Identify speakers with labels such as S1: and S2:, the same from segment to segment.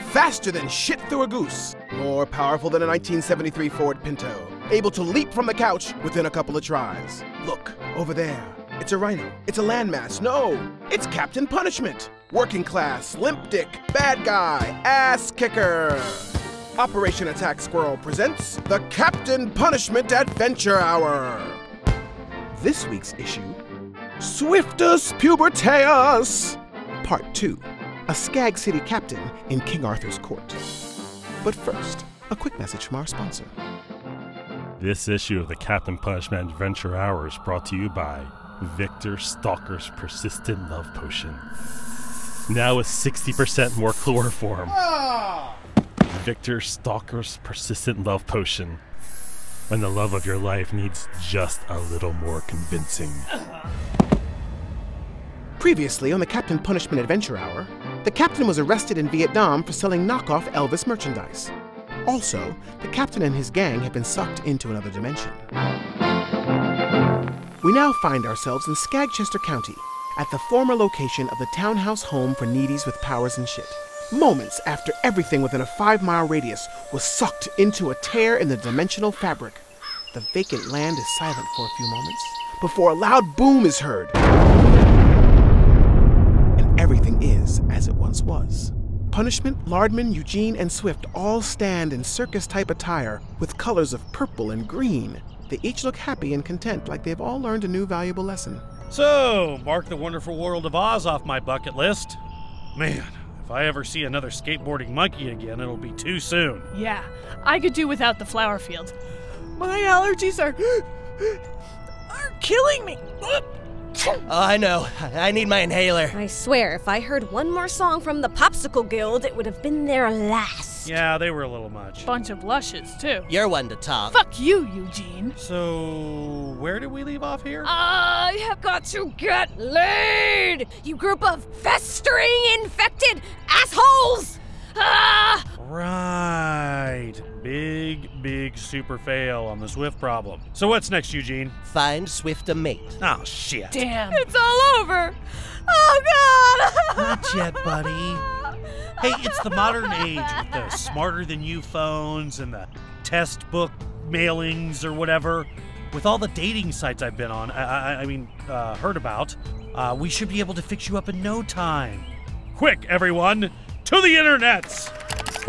S1: faster than shit through a goose, more powerful than a 1973 Ford Pinto, able to leap from the couch within a couple of tries. Look, over there. It's a rhino. It's a landmass. No, it's Captain Punishment. Working class, limp dick, bad guy, ass kicker. Operation Attack Squirrel presents the Captain Punishment Adventure Hour. This week's issue Swiftus Puberteus, Part 2 A Skag City Captain in King Arthur's Court. But first, a quick message from our sponsor.
S2: This issue of the Captain Punishment Adventure Hour is brought to you by Victor Stalker's Persistent Love Potion. Now with 60% more chloroform. Victor Stalker's Persistent Love Potion. When the love of your life needs just a little more convincing.
S1: Previously on the Captain Punishment Adventure Hour, the captain was arrested in Vietnam for selling knockoff Elvis merchandise. Also, the captain and his gang have been sucked into another dimension. We now find ourselves in Skagchester County, at the former location of the townhouse home for needies with powers and shit. Moments after everything within a five mile radius was sucked into a tear in the dimensional fabric, the vacant land is silent for a few moments before a loud boom is heard and everything is as it once was. Punishment, Lardman, Eugene, and Swift all stand in circus type attire with colors of purple and green. They each look happy and content, like they've all learned a new valuable lesson.
S3: So, mark the wonderful world of Oz off my bucket list. Man, if I ever see another skateboarding monkey again, it'll be too soon.
S4: Yeah, I could do without the flower fields. My allergies are are killing me.
S5: Oh, I know. I need my inhaler.
S6: I swear, if I heard one more song from the Popsicle Guild, it would have been their last.
S3: Yeah, they were a little much.
S4: Bunch of blushes too.
S5: You're one to talk.
S4: Fuck you, Eugene.
S3: So, where did we leave off here?
S6: I have got to get laid, you group of festering, infected assholes! Ah!
S3: Right. Big, big super fail on the Swift problem. So, what's next, Eugene?
S5: Find Swift a mate.
S3: Oh, shit.
S4: Damn.
S6: It's all over! Oh, God!
S3: Not yet, buddy. Hey, it's the modern age with the smarter than you phones and the test book mailings or whatever. With all the dating sites I've been on, I, I, I mean, uh, heard about, uh, we should be able to fix you up in no time. Quick, everyone, to the internets!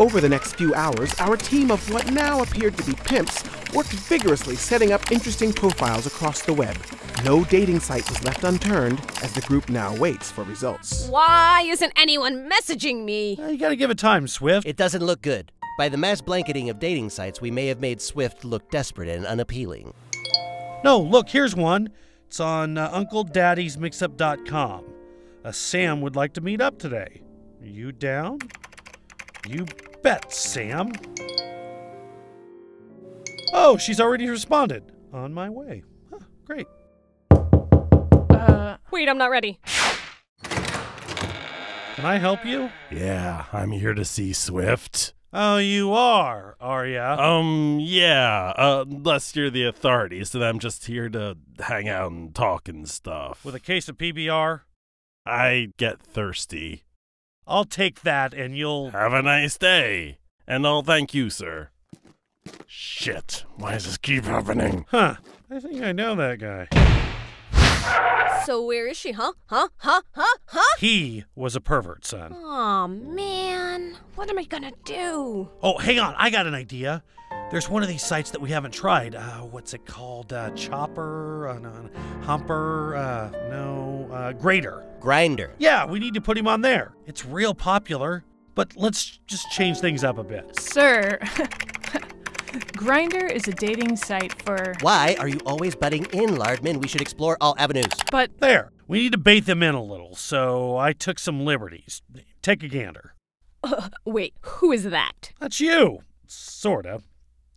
S1: Over the next few hours, our team of what now appeared to be pimps worked vigorously setting up interesting profiles across the web. No dating site was left unturned as the group now waits for results.
S6: Why isn't anyone messaging me?
S3: Uh, You gotta give it time, Swift.
S5: It doesn't look good. By the mass blanketing of dating sites, we may have made Swift look desperate and unappealing.
S3: No, look, here's one. It's on uh, UncleDaddy'sMixup.com. Uh, Sam would like to meet up today. You down? You bet, Sam. Oh, she's already responded. On my way. Huh, great.
S4: Uh,
S6: Wait, I'm not ready.
S3: Can I help you?
S2: Yeah, I'm here to see Swift.
S3: Oh, you are, are ya?
S2: Um, yeah, uh, unless you're the authorities, then I'm just here to hang out and talk and stuff.
S3: With a case of PBR?
S2: I get thirsty.
S3: I'll take that and you'll.
S2: Have a nice day, and I'll thank you, sir. Shit, why does this keep happening?
S3: Huh. I think I know that guy.
S6: So, where is she, huh? Huh? Huh? Huh? Huh?
S3: He was a pervert, son.
S6: Aw, man. What am I gonna do?
S3: Oh, hang on. I got an idea. There's one of these sites that we haven't tried. Uh, what's it called? Uh, Chopper? Uh, no, no, Humper? Uh, no. Uh, Grater.
S5: Grinder.
S3: Yeah, we need to put him on there. It's real popular, but let's just change things up a bit.
S4: sir. Grinder is a dating site for.
S5: Why are you always butting in, Lardman? We should explore all avenues.
S4: But
S3: There. We need to bait them in a little, so I took some liberties. Take a gander.
S6: Uh, Wait, who is that?
S3: That's you. Sorta.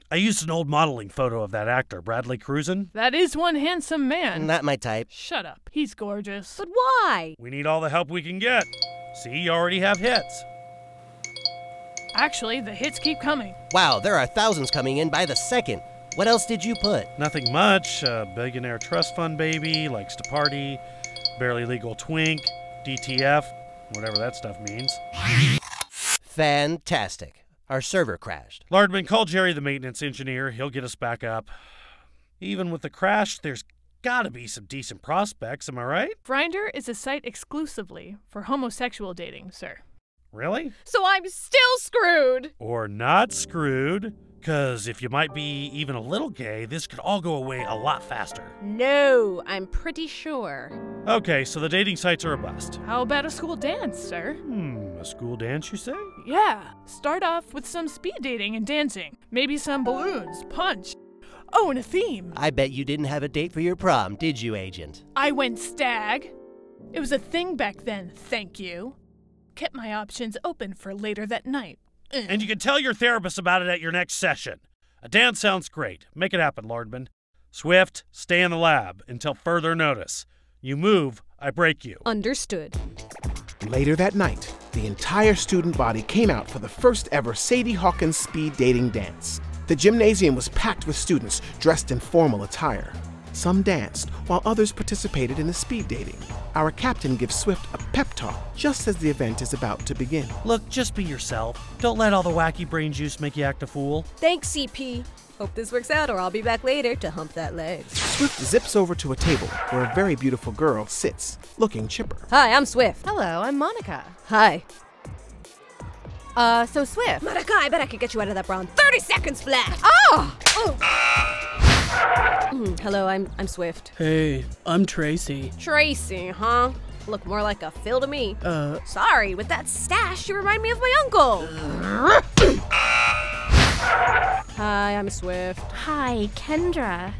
S3: I used an old modeling photo of that actor, Bradley Cruisin.
S4: that is one handsome man.
S5: Not my type.
S4: Shut up. He's gorgeous.
S6: But why?
S3: We need all the help we can get. See, you already have hits.
S4: Actually, the hits keep coming.
S5: Wow, there are thousands coming in by the second. What else did you put?
S3: Nothing much. Uh, billionaire trust fund baby, likes to party, barely legal twink, DTF, whatever that stuff means.
S5: Fantastic. Our server crashed.
S3: Lardman, call Jerry the maintenance engineer. He'll get us back up. Even with the crash, there's gotta be some decent prospects, am I right?
S4: Grinder is a site exclusively for homosexual dating, sir.
S3: Really?
S6: So I'm still screwed.
S3: Or not screwed? Because if you might be even a little gay, this could all go away a lot faster.
S6: No, I'm pretty sure.
S3: Okay, so the dating sites are a bust.
S4: How about a school dance, sir?
S3: Hmm, a school dance, you say?
S4: Yeah. Start off with some speed dating and dancing. Maybe some balloons, punch. Oh, and a theme.
S5: I bet you didn't have a date for your prom, did you, Agent?
S4: I went stag. It was a thing back then, thank you. Kept my options open for later that night. Ugh.
S3: And you can tell your therapist about it at your next session. A dance sounds great. Make it happen, Lardman. Swift, stay in the lab until further notice. You move, I break you.
S6: Understood.
S1: Later that night, the entire student body came out for the first ever Sadie Hawkins speed dating dance. The gymnasium was packed with students dressed in formal attire. Some danced, while others participated in the speed dating. Our captain gives Swift a pep talk just as the event is about to begin.
S3: Look, just be yourself. Don't let all the wacky brain juice make you act a fool.
S6: Thanks, CP. Hope this works out, or I'll be back later to hump that leg.
S1: Swift zips over to a table where a very beautiful girl sits, looking chipper.
S6: Hi, I'm Swift.
S7: Hello, I'm Monica.
S6: Hi.
S7: Uh, so Swift.
S6: Monica, I bet I could get you out of that bra in 30 seconds flat. Ah!
S7: Oh!
S6: Mm, hello, I'm I'm Swift.
S8: Hey, I'm Tracy.
S6: Tracy, huh? Look more like a Phil to me.
S8: Uh,
S6: Sorry, with that stash, you remind me of my uncle. Hi, I'm Swift.
S7: Hi, Kendra.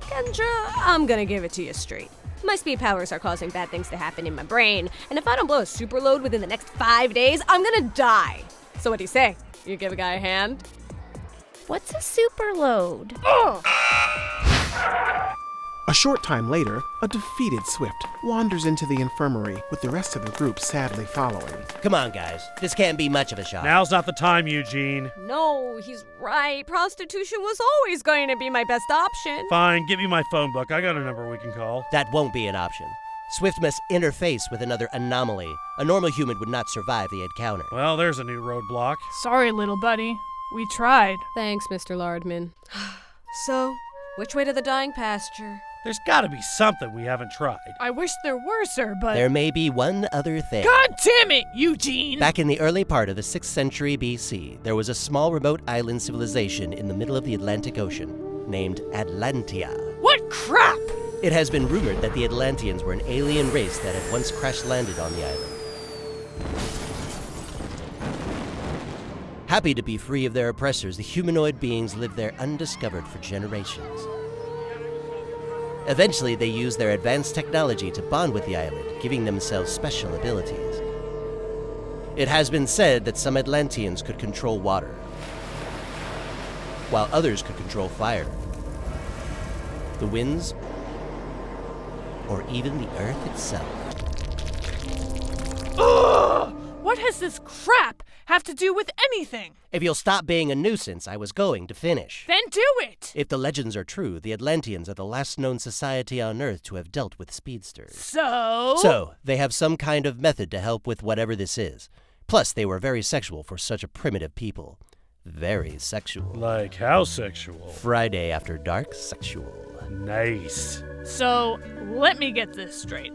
S6: Kendra, I'm gonna give it to you straight. My speed powers are causing bad things to happen in my brain, and if I don't blow a super load within the next five days, I'm gonna die. So what do you say? You give a guy a hand?
S7: What's a super load?
S1: A short time later, a defeated Swift wanders into the infirmary with the rest of the group sadly following.
S5: Come on, guys. This can't be much of a shot.
S3: Now's not the time, Eugene.
S6: No, he's right. Prostitution was always going to be my best option.
S3: Fine, give me my phone book. I got a number we can call.
S5: That won't be an option. Swift must interface with another anomaly. A normal human would not survive the encounter.
S3: Well, there's a new roadblock.
S4: Sorry, little buddy. We tried.
S6: Thanks, Mr. Lardman. so, which way to the dying pasture?
S3: There's gotta be something we haven't tried.
S4: I wish there were, sir, but.
S5: There may be one other thing.
S4: God damn it, Eugene!
S5: Back in the early part of the 6th century BC, there was a small remote island civilization in the middle of the Atlantic Ocean named Atlantia.
S4: what crap!
S5: It has been rumored that the Atlanteans were an alien race that had once crash landed on the island. Happy to be free of their oppressors, the humanoid beings lived there undiscovered for generations. Eventually, they used their advanced technology to bond with the island, giving themselves special abilities. It has been said that some Atlanteans could control water, while others could control fire, the winds, or even the earth itself.
S4: What has this crap have to do with anything?
S5: If you'll stop being a nuisance, I was going to finish.
S4: Then do it!
S5: If the legends are true, the Atlanteans are the last known society on Earth to have dealt with speedsters.
S4: So.
S5: So, they have some kind of method to help with whatever this is. Plus, they were very sexual for such a primitive people. Very sexual.
S3: Like, how sexual?
S5: Friday after dark, sexual.
S3: Nice.
S4: So, let me get this straight.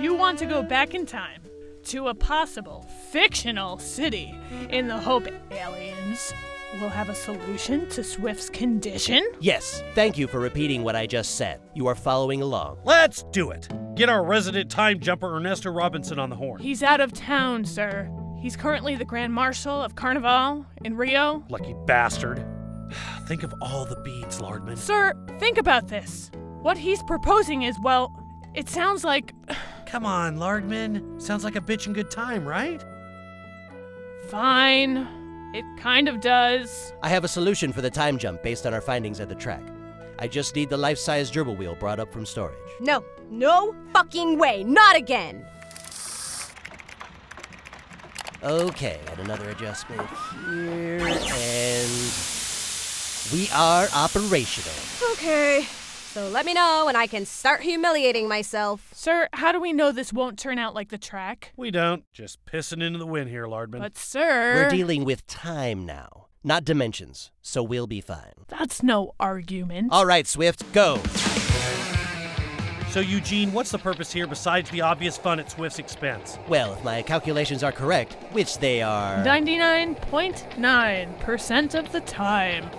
S4: You want to go back in time to a possible fictional city in the hope aliens will have a solution to Swift's condition?
S5: Yes, thank you for repeating what I just said. You are following along.
S3: Let's do it. Get our resident time jumper Ernesto Robinson on the horn.
S4: He's out of town, sir. He's currently the Grand Marshal of Carnival in Rio.
S3: Lucky bastard. Think of all the beads, Lardman.
S4: Sir, think about this. What he's proposing is, well, it sounds like
S3: Come on, Lardman. Sounds like a bitch in good time, right?
S4: fine. It kind of does.
S5: I have a solution for the time jump based on our findings at the track. I just need the life size gerbil wheel brought up from storage.
S6: No, no fucking way. Not again.
S5: Okay, and another adjustment here, and we are operational.
S6: Okay. So let me know and I can start humiliating myself.
S4: Sir, how do we know this won't turn out like the track?
S3: We don't. Just pissing into the wind here, Lardman.
S4: But, sir.
S5: We're dealing with time now, not dimensions, so we'll be fine.
S4: That's no argument.
S5: All right, Swift, go.
S3: so, Eugene, what's the purpose here besides the obvious fun at Swift's expense?
S5: Well, if my calculations are correct, which they are.
S4: 99.9% of the time.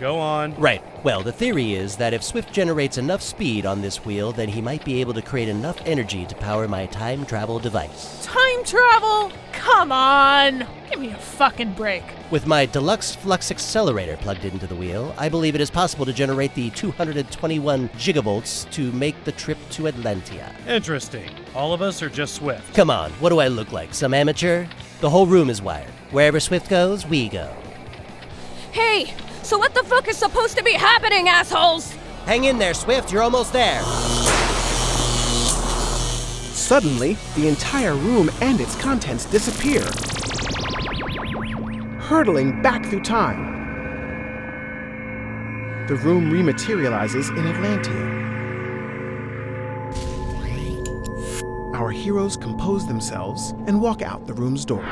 S3: Go on.
S5: Right. Well, the theory is that if Swift generates enough speed on this wheel, then he might be able to create enough energy to power my time travel device.
S4: Time travel? Come on! Give me a fucking break.
S5: With my deluxe flux accelerator plugged into the wheel, I believe it is possible to generate the 221 gigavolts to make the trip to Atlantia.
S3: Interesting. All of us are just Swift.
S5: Come on, what do I look like? Some amateur? The whole room is wired. Wherever Swift goes, we go.
S6: Hey, so what the fuck is supposed to be happening, assholes?
S5: Hang in there, Swift, you're almost there.
S1: Suddenly, the entire room and its contents disappear, hurtling back through time. The room rematerializes in Atlantia. Our heroes compose themselves and walk out the room's door.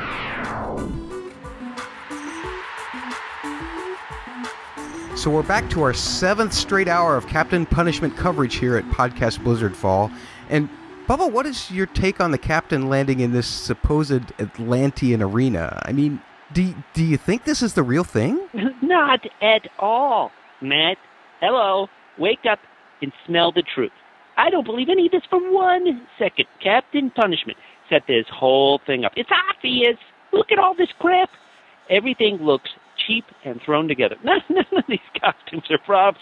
S9: So we're back to our seventh straight hour of Captain Punishment coverage here at Podcast Blizzard Fall. And Bubba, what is your take on the captain landing in this supposed Atlantean arena? I mean, do, do you think this is the real thing?
S10: Not at all, Matt. Hello. Wake up and smell the truth. I don't believe any of this for one second. Captain Punishment set this whole thing up. It's obvious. Look at all this crap. Everything looks cheap and thrown together. None, none of these costumes are props.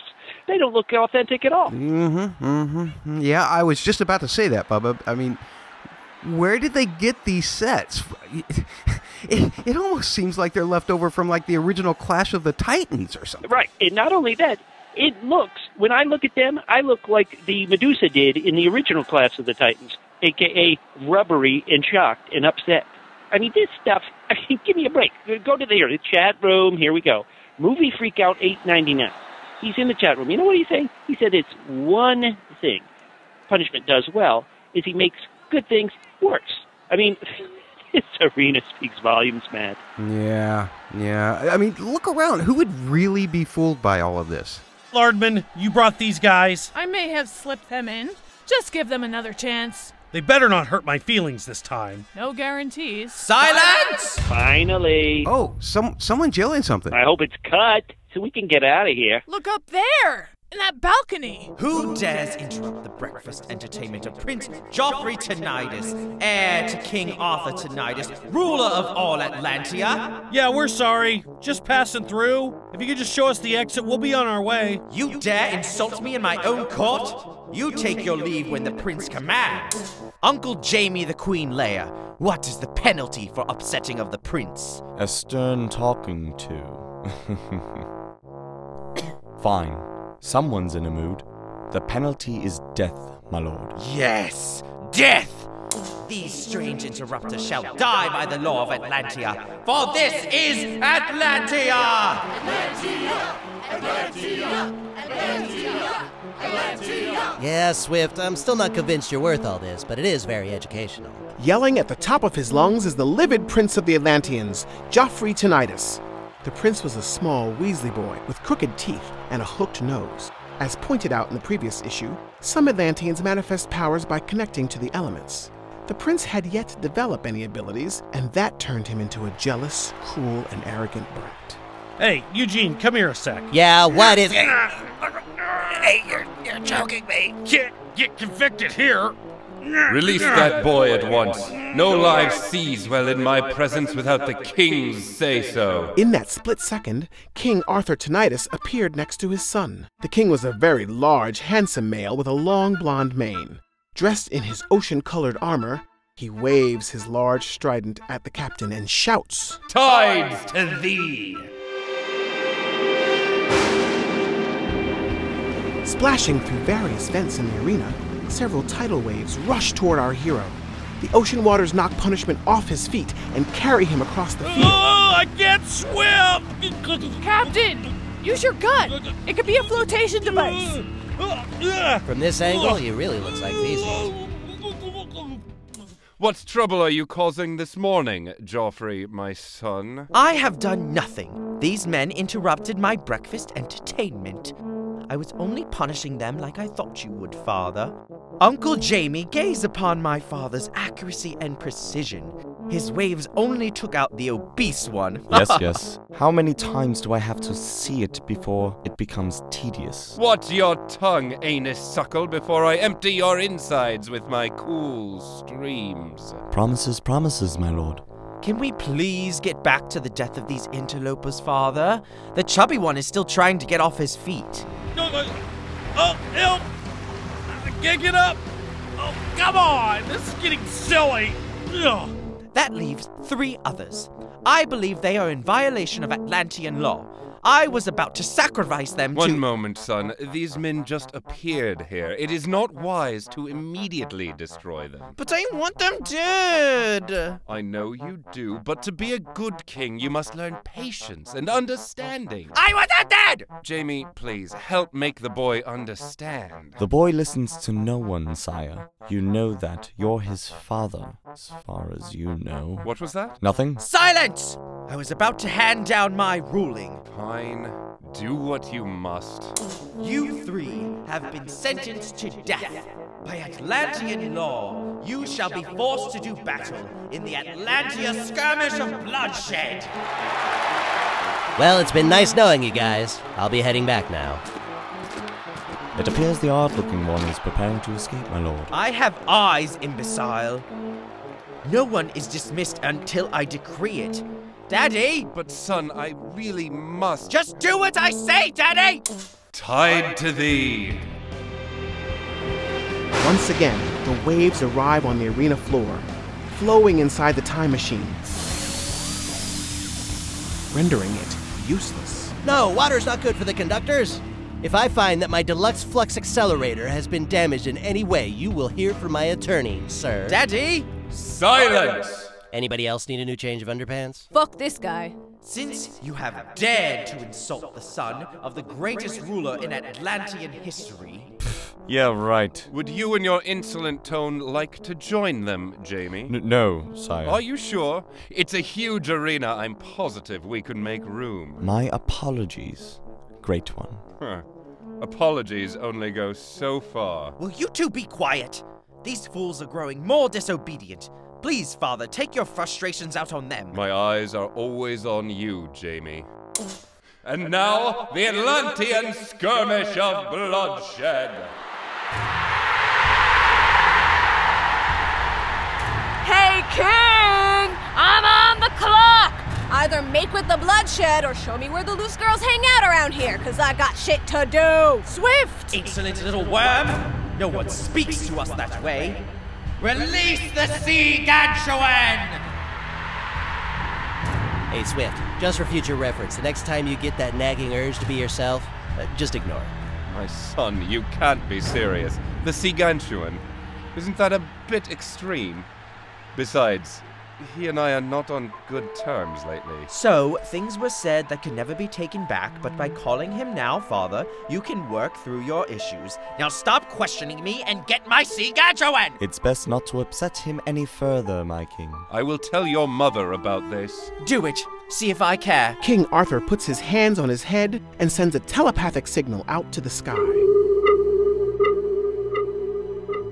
S10: They don't look authentic at all.
S9: Mm-hmm, mm-hmm. Yeah, I was just about to say that, Bubba. I mean, where did they get these sets? It, it almost seems like they're left over from like the original Clash of the Titans or something.
S10: Right. And not only that, it looks, when I look at them, I look like the Medusa did in the original class of the Titans, aka rubbery and shocked and upset. I mean, this stuff, I mean, give me a break. Go to the, here, the chat room. Here we go. Movie Freakout 899. He's in the chat room. You know what he's saying? He said it's one thing punishment does well is he makes good things worse. I mean, this arena speaks volumes, Matt.
S9: Yeah, yeah. I mean, look around. Who would really be fooled by all of this?
S3: Lardman, you brought these guys.
S4: I may have slipped them in. Just give them another chance.
S3: They better not hurt my feelings this time.
S4: No guarantees.
S5: Silence!
S10: Finally.
S9: Oh, some someone jailing something.
S10: I hope it's cut so we can get out of here.
S4: Look up there! In that balcony!
S11: Who dares interrupt the breakfast entertainment of Prince Joffrey Tinnitus, heir to King Arthur Tinnitus, ruler of all Atlantia?
S3: Yeah, we're sorry. Just passing through. If you could just show us the exit, we'll be on our way.
S11: You dare insult me in my own court? You take your leave when the prince commands. Uncle Jamie the Queen Leia, what is the penalty for upsetting of the prince?
S12: A stern talking to. Fine. Someone's in a mood. The penalty is death, my lord.
S11: Yes, death! These strange interrupters shall die by the law of Atlantia, for this is Atlantia!
S5: Yeah, Swift, I'm still not convinced you're worth all this, but it is very educational.
S1: Yelling at the top of his lungs is the livid prince of the Atlanteans, Joffrey Tinnitus. The prince was a small, weasley boy with crooked teeth and a hooked nose. As pointed out in the previous issue, some Atlanteans manifest powers by connecting to the elements. The prince had yet to develop any abilities, and that turned him into a jealous, cruel, and arrogant brat.
S3: Hey, Eugene, come here a sec.
S5: Yeah, what is.
S3: Can't get convicted here.
S13: Release that boy at once. No lives seized while in my presence without the king's say so.
S1: In that split second, King Arthur Tinnitus appeared next to his son. The king was a very large, handsome male with a long blonde mane. Dressed in his ocean colored armor, he waves his large strident at the captain and shouts.
S13: Tides to thee!
S1: Splashing through various vents in the arena, several tidal waves rush toward our hero. The ocean waters knock punishment off his feet and carry him across the field.
S3: Oh, I can't swim!
S4: Captain! Use your gut! It could be a flotation device!
S5: From this angle, he really looks like Theseus.
S13: What trouble are you causing this morning, Joffrey, my son?
S11: I have done nothing. These men interrupted my breakfast entertainment. I was only punishing them like I thought you would, father. Uncle Jamie gazed upon my father's accuracy and precision. His waves only took out the obese one.
S12: yes, yes. How many times do I have to see it before it becomes tedious?
S13: What your tongue, anus suckle, before I empty your insides with my cool streams.
S12: Promises, promises, my lord.
S11: Can we please get back to the death of these interlopers, father? The chubby one is still trying to get off his feet.
S14: No, no. Oh, help! I can't get up! Oh, come on! This is getting silly! Ugh.
S11: That leaves three others. I believe they are in violation of Atlantean law. I was about to sacrifice them to.
S13: One moment, son. These men just appeared here. It is not wise to immediately destroy them.
S11: But I want them dead!
S13: I know you do, but to be a good king, you must learn patience and understanding.
S14: I want them dead!
S13: Jamie, please, help make the boy understand.
S12: The boy listens to no one, sire. You know that. You're his father, as far as you know.
S13: What was that?
S12: Nothing.
S11: Silence! I was about to hand down my ruling.
S13: Fine. Do what you must.
S11: You three have been sentenced to death. By Atlantean law, you shall be forced to do battle in the Atlantia skirmish of bloodshed.
S5: Well, it's been nice knowing you guys. I'll be heading back now.
S12: It appears the odd looking one is preparing to escape, my lord.
S11: I have eyes, imbecile. No one is dismissed until I decree it. Daddy!
S13: But, son, I really must.
S11: Just do what I say, Daddy!
S13: Tied to thee.
S1: Once again, the waves arrive on the arena floor, flowing inside the time machine, rendering it useless.
S5: No, water's not good for the conductors. If I find that my deluxe flux accelerator has been damaged in any way, you will hear from my attorney, sir.
S11: Daddy!
S13: Silence!
S5: Anybody else need a new change of underpants?
S6: Fuck this guy.
S11: Since you have dared to insult the son of the greatest ruler in Atlantean history,
S12: Yeah, right.
S13: Would you and your insolent tone like to join them, Jamie?
S12: N- no, sire.
S13: Are you sure? It's a huge arena. I'm positive we could make room.
S12: My apologies, great one.
S13: Huh. Apologies only go so far.
S11: will you two be quiet? These fools are growing more disobedient. Please, father, take your frustrations out on them.
S13: My eyes are always on you, Jamie. And now, the Atlantean skirmish of bloodshed.
S6: Hey, King! I'm on the clock! Either make with the bloodshed or show me where the loose girls hang out around here, because I got shit to do! Swift!
S11: Insolent little worm! No one speaks to us that way. Release the sea, Ganchuan!
S5: Hey, Swift, just for future reference, the next time you get that nagging urge to be yourself, uh, just ignore it.
S13: My son, you can't be serious. The Sigantuan. Isn't that a bit extreme? Besides, he and I are not on good terms lately.
S11: So, things were said that could never be taken back, but by calling him now, Father, you can work through your issues. Now stop questioning me and get my sea, Ganchuan!
S12: It's best not to upset him any further, my king.
S13: I will tell your mother about this.
S11: Do it. See if I care.
S1: King Arthur puts his hands on his head and sends a telepathic signal out to the sky.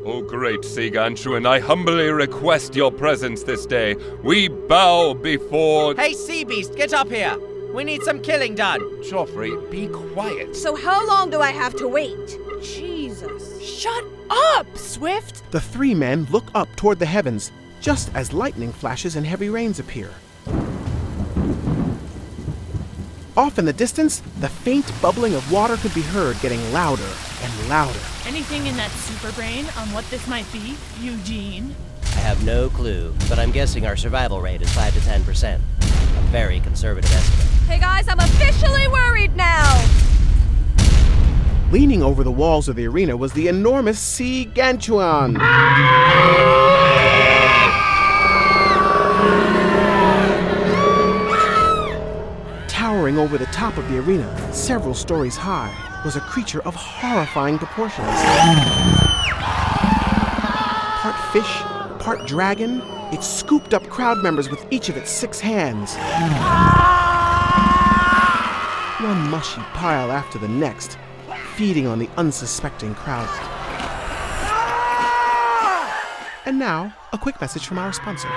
S13: O great Sigantuan, I humbly request your presence this day. We bow before.
S11: Hey, Sea Beast, get up here! We need some killing done!
S13: Joffrey, be quiet.
S6: So, how long do I have to wait? Jesus. Shut up, Swift!
S1: The three men look up toward the heavens just as lightning flashes and heavy rains appear. Off in the distance, the faint bubbling of water could be heard getting louder and louder.
S4: Anything in that super brain on what this might be, Eugene?
S5: I have no clue, but I'm guessing our survival rate is 5 to 10%. A very conservative estimate.
S6: Hey guys, I'm officially worried now!
S1: Leaning over the walls of the arena was the enormous sea gantuan. Towering over the top of the arena, several stories high, was a creature of horrifying proportions. Part fish, part dragon, it scooped up crowd members with each of its six hands. One mushy pile after the next, feeding on the unsuspecting crowd. And now, a quick message from our sponsor.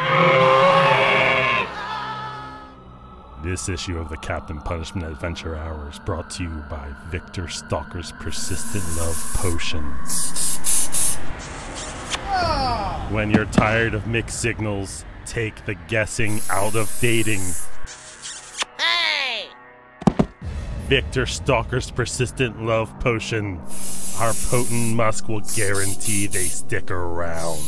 S2: This issue of the Captain Punishment Adventure Hour is brought to you by Victor Stalker's Persistent Love Potion. When you're tired of mixed signals, take the guessing out of dating. Victor Stalker's Persistent Love Potion. Our potent musk will guarantee they stick around.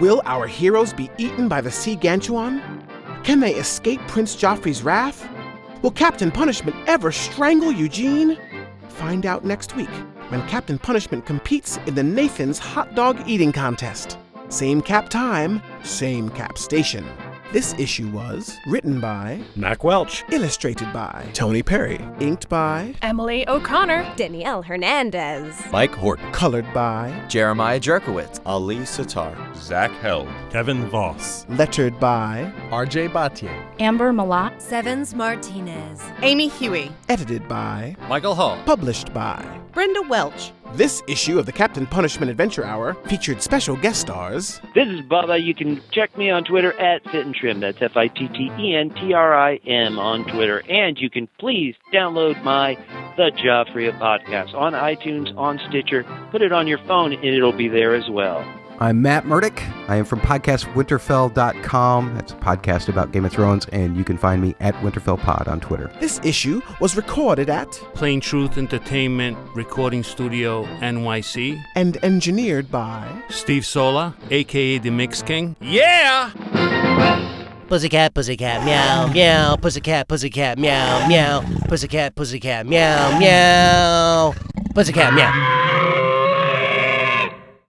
S1: Will our heroes be eaten by the sea Gantuan? Can they escape Prince Joffrey's wrath? Will Captain Punishment ever strangle Eugene? Find out next week when Captain Punishment competes in the Nathan's Hot Dog Eating Contest. Same cap time, same cap station. This issue was written by
S15: Mac Welch,
S1: illustrated by Tony Perry, inked by
S6: Emily O'Connor. Danielle Hernandez.
S12: Mike Horton.
S1: Colored by
S11: Jeremiah Jerkowitz.
S12: Ali Sitar.
S13: Zach Held.
S2: Kevin Voss.
S1: Lettered by
S15: RJ Batier.
S7: Amber Malott.
S16: Sevens Martinez.
S17: Amy Huey.
S1: Edited by
S15: Michael Hall.
S1: Published by
S17: Brenda Welch.
S1: This issue of the Captain Punishment Adventure Hour featured special guest stars.
S10: This is Bubba. You can check me on Twitter at Fit and Trim. That's F I T T E N T R I M on Twitter. And you can please download my The Joffrey podcast on iTunes, on Stitcher. Put it on your phone, and it'll be there as well.
S9: I'm Matt Murdock. I am from podcastwinterfell.com. That's a podcast about Game of Thrones, and you can find me at Winterfell Pod on Twitter.
S1: This issue was recorded at
S18: Plain Truth Entertainment Recording Studio NYC
S1: and engineered by
S18: Steve Sola, aka The Mix King.
S14: Yeah!
S5: Pussycat, pussycat, meow, meow, pussycat, pussycat,
S11: Oh,
S5: meow, meow, pussycat, pussycat, meow, meow, pussycat, meow.